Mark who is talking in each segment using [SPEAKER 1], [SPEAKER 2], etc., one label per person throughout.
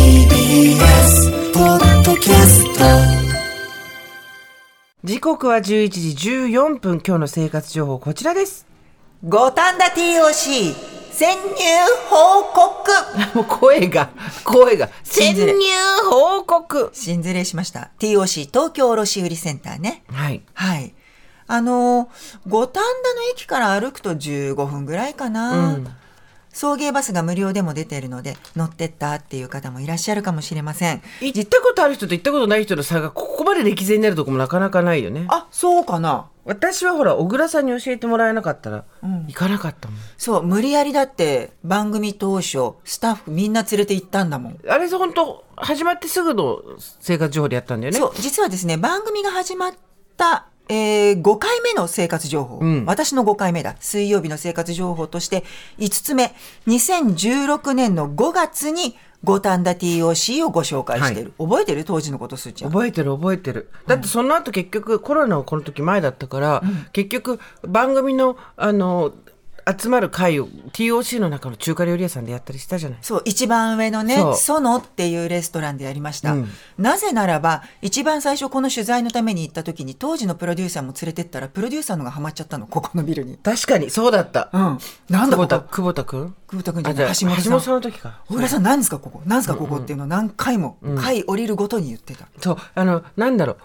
[SPEAKER 1] TBS ポッドキャスト
[SPEAKER 2] 時刻は11時14分今日の生活情報こちらです
[SPEAKER 3] 五反田 TOC 潜入報告
[SPEAKER 2] もう声が声が
[SPEAKER 3] 信
[SPEAKER 2] 潜
[SPEAKER 3] じれ
[SPEAKER 2] 入報告
[SPEAKER 3] 新ずれしました TOC 東京卸売センターね
[SPEAKER 2] はい
[SPEAKER 3] はいあの五反田の駅から歩くと15分ぐらいかな、
[SPEAKER 2] うん
[SPEAKER 3] 送迎バスが無料でも出ているので乗ってったっていう方もいらっしゃるかもしれません
[SPEAKER 2] 行ったことある人と行ったことない人の差がここまで歴然になるとこもなかなかないよね
[SPEAKER 3] あそうかな
[SPEAKER 2] 私はほら小倉さんに教えてもらえなかったら
[SPEAKER 3] うん
[SPEAKER 2] 行かなかったもん、
[SPEAKER 3] そう無理やりだって番組当初スタッフみんな連れて行ったんだもん
[SPEAKER 2] あれ本当始まってすぐの生活情報でやったんだよね
[SPEAKER 3] そう、実はですね、番組が始まった、えー5回目の生活情報、
[SPEAKER 2] ん
[SPEAKER 3] 私の5回目だ。水曜日の生活情報として、5つ目、2016年の5月に、五反田 TOC をご紹介してる。覚えてる当時のことすーちゃん。
[SPEAKER 2] 覚えてる覚えてるだってその後結局コロナをこの時前だったから、結局番組のあの集まる会を TOC の中の中華料理屋さんでやったりしたじゃない
[SPEAKER 3] そう、一番上のね
[SPEAKER 2] そ、う
[SPEAKER 3] ソノっていうレストランでやりました。
[SPEAKER 2] うん
[SPEAKER 3] なぜならば、一番最初この取材のために行った時に、当時のプロデューサーも連れてったら、プロデューサーのがハマっちゃったの、ここのビルに。
[SPEAKER 2] 確かにそうだった、
[SPEAKER 3] うん。なんだ
[SPEAKER 2] 久保
[SPEAKER 3] こ
[SPEAKER 2] 田
[SPEAKER 3] こ。
[SPEAKER 2] 久保田君
[SPEAKER 3] 久保田君じ
[SPEAKER 2] あ
[SPEAKER 3] ゃ
[SPEAKER 2] じ
[SPEAKER 3] な
[SPEAKER 2] ゃ
[SPEAKER 3] い
[SPEAKER 2] あ
[SPEAKER 3] 橋本さん
[SPEAKER 2] 橋本さん。の時か
[SPEAKER 3] 小倉さん何ですかここ何ですかここっていうのを何回も、回降りるごとに言ってた、
[SPEAKER 2] そうあのなんだろう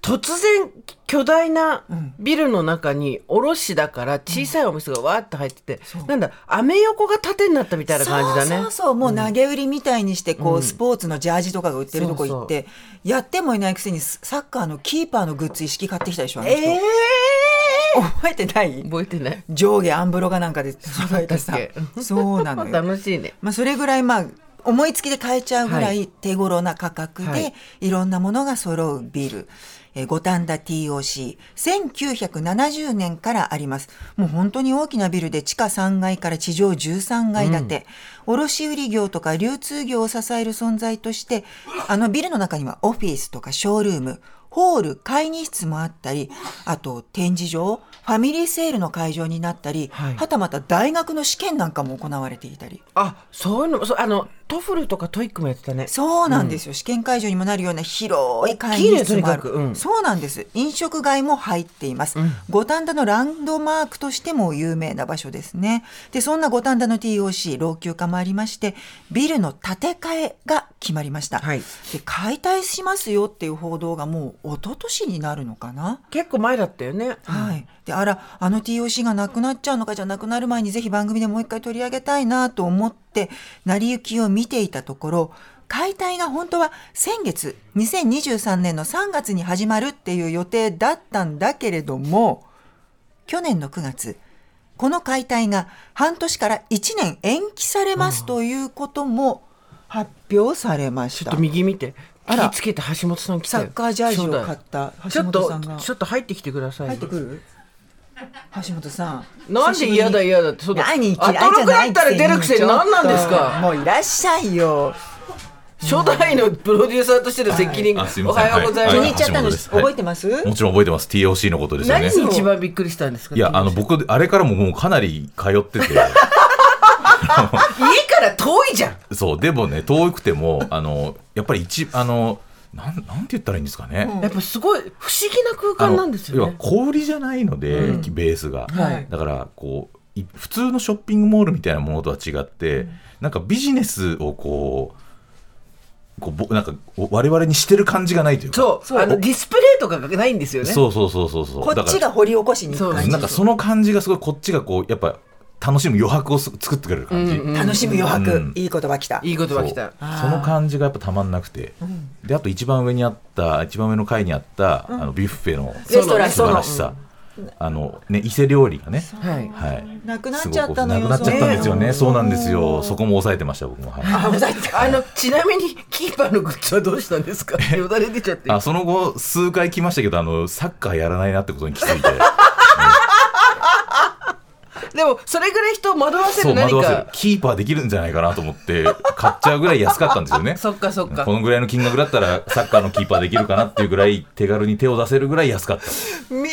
[SPEAKER 2] 突然巨大なビルの中に卸だから小さいお店がわーっと入ってて、なんだアメ横が縦になったみたいな感じ
[SPEAKER 3] そ
[SPEAKER 2] だね
[SPEAKER 3] うそうそうもう投げ売りみたいにしてこう、スポーツのジャージとかが売ってるとこ行ってやってもいないくせにササッカーのキーパーのグッズ一式買ってきたでしょあの人、
[SPEAKER 2] え
[SPEAKER 3] 覚えてない
[SPEAKER 2] 覚えてない
[SPEAKER 3] 上下アンブロがなんかでそう
[SPEAKER 2] だったっけ
[SPEAKER 3] そうなのよ
[SPEAKER 2] 楽しいね
[SPEAKER 3] まあ、それぐらいまあ思いつきで買えちゃうぐら
[SPEAKER 2] はい
[SPEAKER 3] 手頃な価格で、
[SPEAKER 2] はいい、
[SPEAKER 3] ろんなものが揃うビル。えー五反田 TOC。1970年からあります。もう本当に大きなビルで地下3階から地上13階建て。卸売業とか流通業を支える存在として、あのビルの中にはオフィスとかショールーム、ホール、会議室もあったり、あと展示場、ファミリーセールの会場になったり、
[SPEAKER 2] はい
[SPEAKER 3] はたまた大学の試験なんかも行われていたり。
[SPEAKER 2] あそういうのもそうあのトフルとかトイックもやってたね
[SPEAKER 3] そうなんですよ、試験会場にもなるような広い会
[SPEAKER 2] 大きい
[SPEAKER 3] 議
[SPEAKER 2] ねと
[SPEAKER 3] 室
[SPEAKER 2] に
[SPEAKER 3] もあ
[SPEAKER 2] か
[SPEAKER 3] る、
[SPEAKER 2] くうん
[SPEAKER 3] そうなんです飲食街も入っています五反田のランドマークとしても有名な場所ですねでそんな五反田の TOC 老朽化もありましてビルの建て替えが決まりました、
[SPEAKER 2] はい
[SPEAKER 3] で解体しますよっていう報道がもう一昨年になるのかな
[SPEAKER 2] 結構前だったよね
[SPEAKER 3] はい、であらあの TOC がなくなっちゃうのかじゃあなくなる前にぜひ番組でもう一回取り上げたいなと思って成り行きを見ていたところ解体が本当は先月2023年の3月に始まるっていう予定だったんだけれども去年の9月この解体が半年から1年延期されますということも発表されまし
[SPEAKER 2] ちょ
[SPEAKER 3] た
[SPEAKER 2] っと。右見て
[SPEAKER 3] あら
[SPEAKER 2] 気つけて橋本さん来
[SPEAKER 3] サ
[SPEAKER 2] たよ
[SPEAKER 3] ッカージャージ
[SPEAKER 2] そうだ
[SPEAKER 3] を
[SPEAKER 2] よ
[SPEAKER 3] 買った
[SPEAKER 2] ち
[SPEAKER 3] 橋
[SPEAKER 2] ょっ
[SPEAKER 3] 本
[SPEAKER 2] と
[SPEAKER 3] さんが
[SPEAKER 2] ちょっと入ってきてください
[SPEAKER 3] 入ってくる橋本さん
[SPEAKER 2] なんで嫌だ嫌だってそうだ
[SPEAKER 3] 何嫌いじゃ
[SPEAKER 2] ア
[SPEAKER 3] ない
[SPEAKER 2] トロクだったら出るくせに何なんですか
[SPEAKER 3] もういらっしゃいよ
[SPEAKER 2] 初代のプロデューサーとしての責任、
[SPEAKER 4] あすい
[SPEAKER 2] お
[SPEAKER 4] ません
[SPEAKER 2] はようございま
[SPEAKER 4] は
[SPEAKER 3] 気
[SPEAKER 2] す、
[SPEAKER 4] い
[SPEAKER 3] に入っちゃったの
[SPEAKER 4] 橋本ですはい
[SPEAKER 3] 覚えてます
[SPEAKER 4] もちろん覚えてます。TOC のことですよね。
[SPEAKER 2] 何に一番びっくりしたんですか
[SPEAKER 4] いや、あの、僕、あれからももうかなり通って て、
[SPEAKER 2] 家から遠いじゃん
[SPEAKER 4] そう、でもね、遠くても、あの、やっぱり一、あの、なん、なんて言ったらいいんですかね。
[SPEAKER 2] やっぱすごい不思議な空
[SPEAKER 4] あ
[SPEAKER 2] 間
[SPEAKER 4] の
[SPEAKER 2] なんですよね
[SPEAKER 4] 要は氷じゃないので、ベースが、
[SPEAKER 2] はい
[SPEAKER 4] だからこうい普通のショッピングモールみたいなものとは違って、なんかビジネスをこうこうぼなんかお我々にしてる感じがないというか
[SPEAKER 2] そう
[SPEAKER 3] そう
[SPEAKER 2] あのディスプレイとかがないんですよね
[SPEAKER 4] そうそうそうそうそう
[SPEAKER 3] こ
[SPEAKER 4] だ
[SPEAKER 3] っ
[SPEAKER 4] か
[SPEAKER 3] ち
[SPEAKER 4] ら
[SPEAKER 3] が掘り起こしに行く
[SPEAKER 2] そ
[SPEAKER 3] 感
[SPEAKER 2] うで
[SPEAKER 3] じ
[SPEAKER 2] す
[SPEAKER 4] なんかその感じがすごいこっちがこうやっぱ楽しむ余白をす作ってくれる感じ、
[SPEAKER 3] 楽しむ余白、
[SPEAKER 4] うん
[SPEAKER 3] いい言葉きた
[SPEAKER 2] いい言葉来た
[SPEAKER 4] そうその感じがやっぱたまんなくて、であと一番上にあった一番上の階にあった、あのビュッフェの
[SPEAKER 3] レストラン
[SPEAKER 4] 素晴らし
[SPEAKER 3] そ
[SPEAKER 4] さ、あのね伊勢料理がね、
[SPEAKER 2] はい
[SPEAKER 4] はい、
[SPEAKER 3] なくなっちゃったのよ
[SPEAKER 4] すごくなくなっちゃったんですよね
[SPEAKER 3] ね
[SPEAKER 4] そうなんですよそこも抑えてました僕も、はい、
[SPEAKER 3] あごめんなさい
[SPEAKER 2] あのちなみにキーパーのグッズはどうしたんですかよだれ出ちゃって
[SPEAKER 4] あその後数回来ましたけどあのサッカーやらないなってことに気づいて
[SPEAKER 2] でもそれぐらい人を惑わせ
[SPEAKER 4] そ
[SPEAKER 2] る
[SPEAKER 4] う惑
[SPEAKER 2] 何
[SPEAKER 4] わせる
[SPEAKER 2] か
[SPEAKER 4] キーパーできるんじゃないかなと思って買っちゃうぐらい安かったんですよね
[SPEAKER 2] そっかそっか
[SPEAKER 4] このぐらいの金額だっ たらサッカーのキーパーできるかなっていうぐらい手軽に手を出せるぐらい安かった
[SPEAKER 3] みん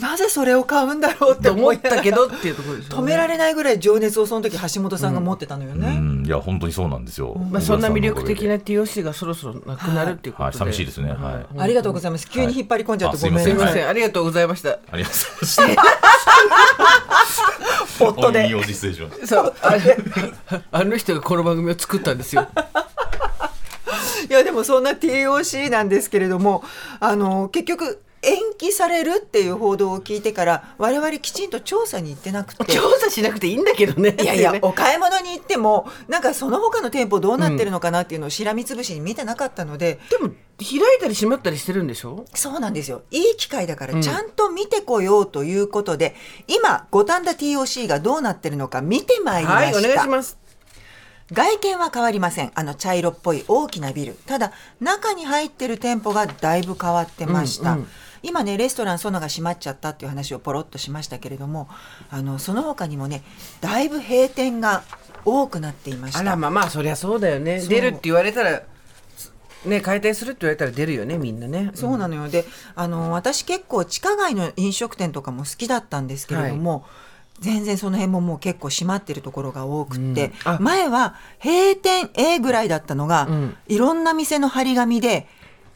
[SPEAKER 3] ななぜそれを買うんだろうっ
[SPEAKER 2] って
[SPEAKER 3] て
[SPEAKER 2] 思
[SPEAKER 3] 思
[SPEAKER 2] っ
[SPEAKER 3] いなが
[SPEAKER 2] た
[SPEAKER 3] ら
[SPEAKER 2] けどっていうところですよね
[SPEAKER 3] 止められないぐらい情熱をその時橋本さんが持ってたのよ
[SPEAKER 4] う
[SPEAKER 3] ね。
[SPEAKER 4] んいや本当にそうなんですよ、
[SPEAKER 2] まあ、そんな魅力
[SPEAKER 4] 小倉さんのおかげ
[SPEAKER 2] 的
[SPEAKER 4] で
[SPEAKER 2] な TOC がそろそろなくなるっていうことで、
[SPEAKER 4] はい寂しいですねはい
[SPEAKER 2] 本当に
[SPEAKER 3] ありがとうございます。急に引っ張り込んじゃって
[SPEAKER 4] は
[SPEAKER 3] ご
[SPEAKER 4] い
[SPEAKER 3] めんな
[SPEAKER 2] す
[SPEAKER 3] さ
[SPEAKER 2] い
[SPEAKER 3] い。
[SPEAKER 2] ませんありがとうございました
[SPEAKER 4] ありがとうございま した
[SPEAKER 3] ポットで
[SPEAKER 4] いいおじ失礼しました
[SPEAKER 2] そうあれあの人がこの番組を作ったんですよ
[SPEAKER 3] いやでもそんな TOC なんですけれどもあの結局延期されるっていう報道を聞いてから我々きちんと調査に行ってなくて
[SPEAKER 2] 調査しなくていいんだけどね
[SPEAKER 3] いやいや
[SPEAKER 2] ってね
[SPEAKER 3] お買い物に行ってもなんかその他の店舗どうなってるのかなっていうのをしらみつぶしに見てなかったので、
[SPEAKER 2] でも開いたり閉まったりしてるんでしょ
[SPEAKER 3] そうなんですよいい機会だからちゃんと見てこようということで、今五反田 TOC がどうなってるのか見てまいりま
[SPEAKER 2] は
[SPEAKER 3] し
[SPEAKER 2] い
[SPEAKER 3] た。
[SPEAKER 2] お願いします
[SPEAKER 3] 外見は変わりませんあの茶色っぽい大きなビルただ中に入ってる店舗がだいぶ変わってました、
[SPEAKER 2] うんうん
[SPEAKER 3] 今ねレストラン園が閉まっちゃったっていう話をポロッとしましたけれどもあのその他にもねだいぶ閉店が多くなっていました
[SPEAKER 2] あらまあまあそりゃそうだよね
[SPEAKER 3] う
[SPEAKER 2] 出るって言われたらね解体するって言われたら出るよねみんなね
[SPEAKER 3] そうなのよであの私結構地下街の飲食店とかも好きだったんですけれども、全然その辺ももう結構閉まってるところが多くって、
[SPEAKER 2] うんあ
[SPEAKER 3] 前は閉店 A ぐらいだったのが、
[SPEAKER 2] ん
[SPEAKER 3] いろんな店の張り紙で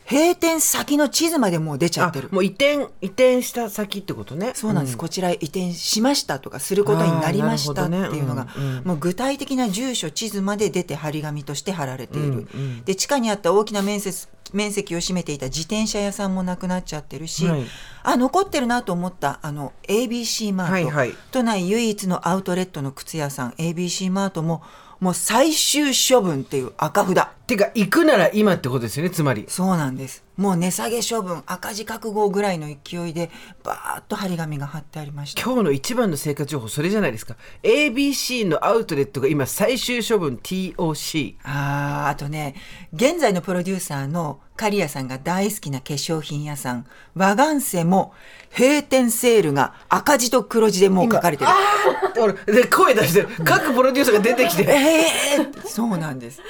[SPEAKER 3] 閉店先の地図までもう出ちゃ
[SPEAKER 2] あ
[SPEAKER 3] ってる。
[SPEAKER 2] もう移転移転した先ってことね
[SPEAKER 3] そうなんです、
[SPEAKER 2] ん
[SPEAKER 3] こちらへ移転しましたとかすることになりました
[SPEAKER 2] あー
[SPEAKER 3] っ
[SPEAKER 2] な
[SPEAKER 3] ていう
[SPEAKER 2] るほどね
[SPEAKER 3] のが、
[SPEAKER 2] うんうん
[SPEAKER 3] もう具体的な住所地図まで出て張り紙として貼られている、
[SPEAKER 2] うんうん
[SPEAKER 3] で地下にあった大きな面積面積を占めていた自転車屋さんもなくなっちゃってるし、
[SPEAKER 2] はい
[SPEAKER 3] あ残ってるなと思ったあの ABC マート、
[SPEAKER 2] はいはい
[SPEAKER 3] 都内唯一のアウトレットの靴屋さん ABC マートももう最終処分っていう赤札
[SPEAKER 2] てか行くなら今ってことですよねつまり
[SPEAKER 3] そうなんですもう値下げ処分赤字覚悟ぐらいの勢いでバーッと張り紙が貼ってありました。
[SPEAKER 2] 今日の一番の生活情報それじゃないですか ABC のアウトレットが今最終処分 TOC
[SPEAKER 3] あーあとね現在のプロデューサーの刈谷さんが大好きな化粧品屋さん和願瀬も閉店セールが赤字と黒字でもう書かれてる
[SPEAKER 2] 俺で声出してる各プロデューサーが出てきて
[SPEAKER 3] ええー、そうなんです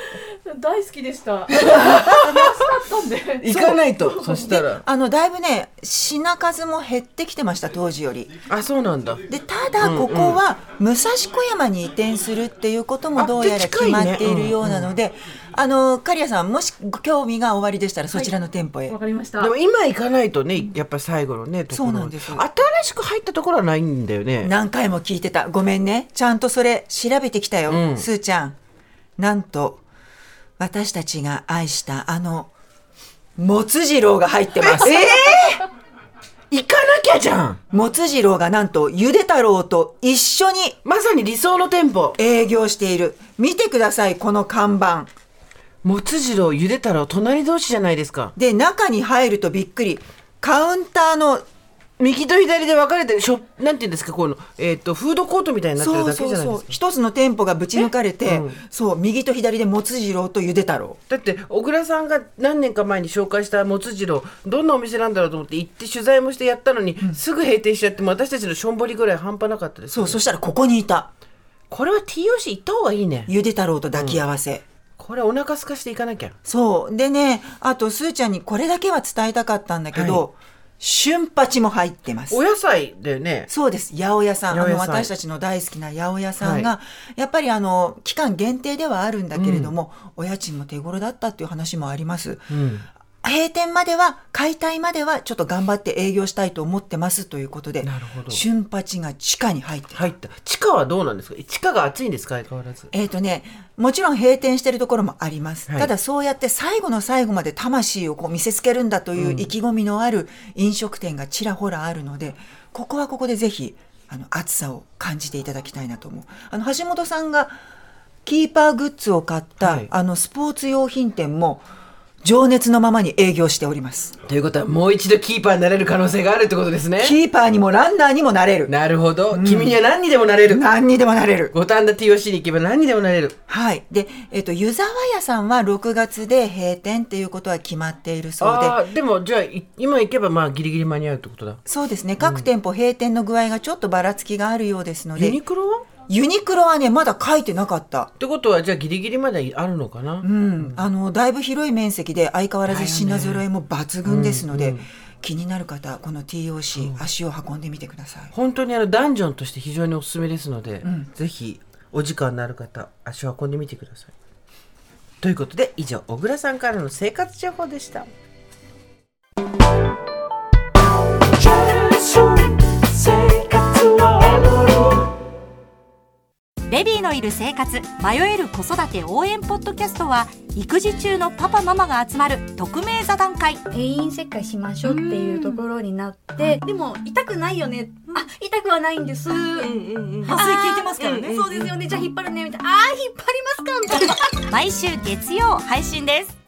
[SPEAKER 5] 大好き でした。楽しかったんで。
[SPEAKER 2] 行かないとそしたら
[SPEAKER 3] あのだいぶね品数も減ってきてました当時より
[SPEAKER 2] あそうなんだ
[SPEAKER 3] でただここは武蔵小山に移転するっていうこともどうやら決まっているようなので、あの刈谷さんもしご興味がおありでしたらそちらの店舗へ、
[SPEAKER 5] わかりました。
[SPEAKER 2] でも今行かないとねやっぱ最後のねところ
[SPEAKER 3] そうなんですよ
[SPEAKER 2] 新しく入ったところはないんだよね
[SPEAKER 3] 何回も聞いてたごめんねちゃんとそれ調べてきたよ、
[SPEAKER 2] うん
[SPEAKER 3] すーちゃんなんと私たちが愛したあのもつ次郎が入ってます
[SPEAKER 2] ええ行かなきゃじゃん
[SPEAKER 3] もつ次郎がなんとゆで太郎と一緒に
[SPEAKER 2] まさに理想の店舗
[SPEAKER 3] 営業している見てくださいこの看板
[SPEAKER 2] もつ次郎ゆで太郎隣同士じゃないですか
[SPEAKER 3] で中に入るとびっくりカウンターの
[SPEAKER 2] 右と左で分かれてるしょなんていうんですかこういうのえっ、とフードコートみたいになってる
[SPEAKER 3] そう
[SPEAKER 2] だけ
[SPEAKER 3] そ
[SPEAKER 2] じ
[SPEAKER 3] う
[SPEAKER 2] ゃないですか
[SPEAKER 3] そう一つの店舗がぶち抜かれて、
[SPEAKER 2] えうん
[SPEAKER 3] そう右と左でもつ次郎とゆで太郎
[SPEAKER 2] だって小倉さんが何年か前に紹介したもつ次郎どんなお店なんだろうと思って行って取材もしてやったのに、すぐ閉店しちゃってもう私たちのしょんぼりぐらい半端なかったです
[SPEAKER 3] そうそしたらここにいた
[SPEAKER 2] これは TOC 行った方がいいね
[SPEAKER 3] ゆで太郎と抱き合わせ、
[SPEAKER 2] これお腹空かしていかなきゃ
[SPEAKER 3] そう。でね、あと、すーちゃんにこれだけは伝えたかったんだけど、春八も入ってます
[SPEAKER 2] お。野菜だよね
[SPEAKER 3] そうです。八百屋さん。
[SPEAKER 2] 八
[SPEAKER 3] あ
[SPEAKER 2] 百
[SPEAKER 3] の、
[SPEAKER 2] 屋さん
[SPEAKER 3] 私たちの大好きな八百屋さんが、やっぱりあの、期間限定ではあるんだけれども、お家賃も手頃だったっていう話もあります。閉店までは、解体までは、ちょっと頑張って営業したいと思ってますということで、
[SPEAKER 2] なるほど
[SPEAKER 3] 春八が地下に入ってる
[SPEAKER 2] 入った地下はどうなんですか地下が暑いんですか相変わらず
[SPEAKER 3] えーとね、もちろん閉店してるところもあります、
[SPEAKER 2] はい
[SPEAKER 3] ただそうやって最後の最後まで魂をこう見せつけるんだという意気込みのある飲食店がちらほらあるので、ここはここでぜひあの暑さを感じていただきたいなと思うあの橋本さんがキーパーグッズを買った、
[SPEAKER 2] はい
[SPEAKER 3] あのスポーツ用品店も情熱のままに営業しております。
[SPEAKER 2] ということはもう一度キーパーになれる可能性があるってことですね
[SPEAKER 3] キーパーにもランナーにもなれる。
[SPEAKER 2] なるほど、君には何にでもなれる
[SPEAKER 3] 何にでもなれる。
[SPEAKER 2] 五反田 TOC に行けば何にでもなれる
[SPEAKER 3] はい。で、えっ、と、湯沢屋さんは6月で閉店っていうことは決まっているそうで、
[SPEAKER 2] あーでもじゃあい今行けばまあギリギリ間に合うってことだ
[SPEAKER 3] そうですね、各店舗閉店の具合がちょっとばらつきがあるようですの
[SPEAKER 2] ユ
[SPEAKER 3] で
[SPEAKER 2] ニ、クロは
[SPEAKER 3] ユニクロはね、まだ書いてなかった
[SPEAKER 2] っ。てことはじゃあギリギリまであるのかな、
[SPEAKER 3] うん、あのだいぶ広い面積で相変わらず品揃えも抜群ですので、気になる方この TOC、足を運んでみてください
[SPEAKER 2] 本当にあのダンジョンとして非常におすすめですので、ぜひお時間のある方足を運んでみてくださいということで以上小倉さんからの生活情報でした
[SPEAKER 6] ベビーのいる生活迷える子育て応援ポッドキャストは育児中のパパママが集まる匿名座談会
[SPEAKER 7] 定員切開しましょうっていうところになって、でも痛くないよね、あ痛くはないんです、麻酔効いてますからね、そうですよねじゃあ引っ張るねみたいなあー引っ張りますかみたいな
[SPEAKER 6] 毎週月曜配信です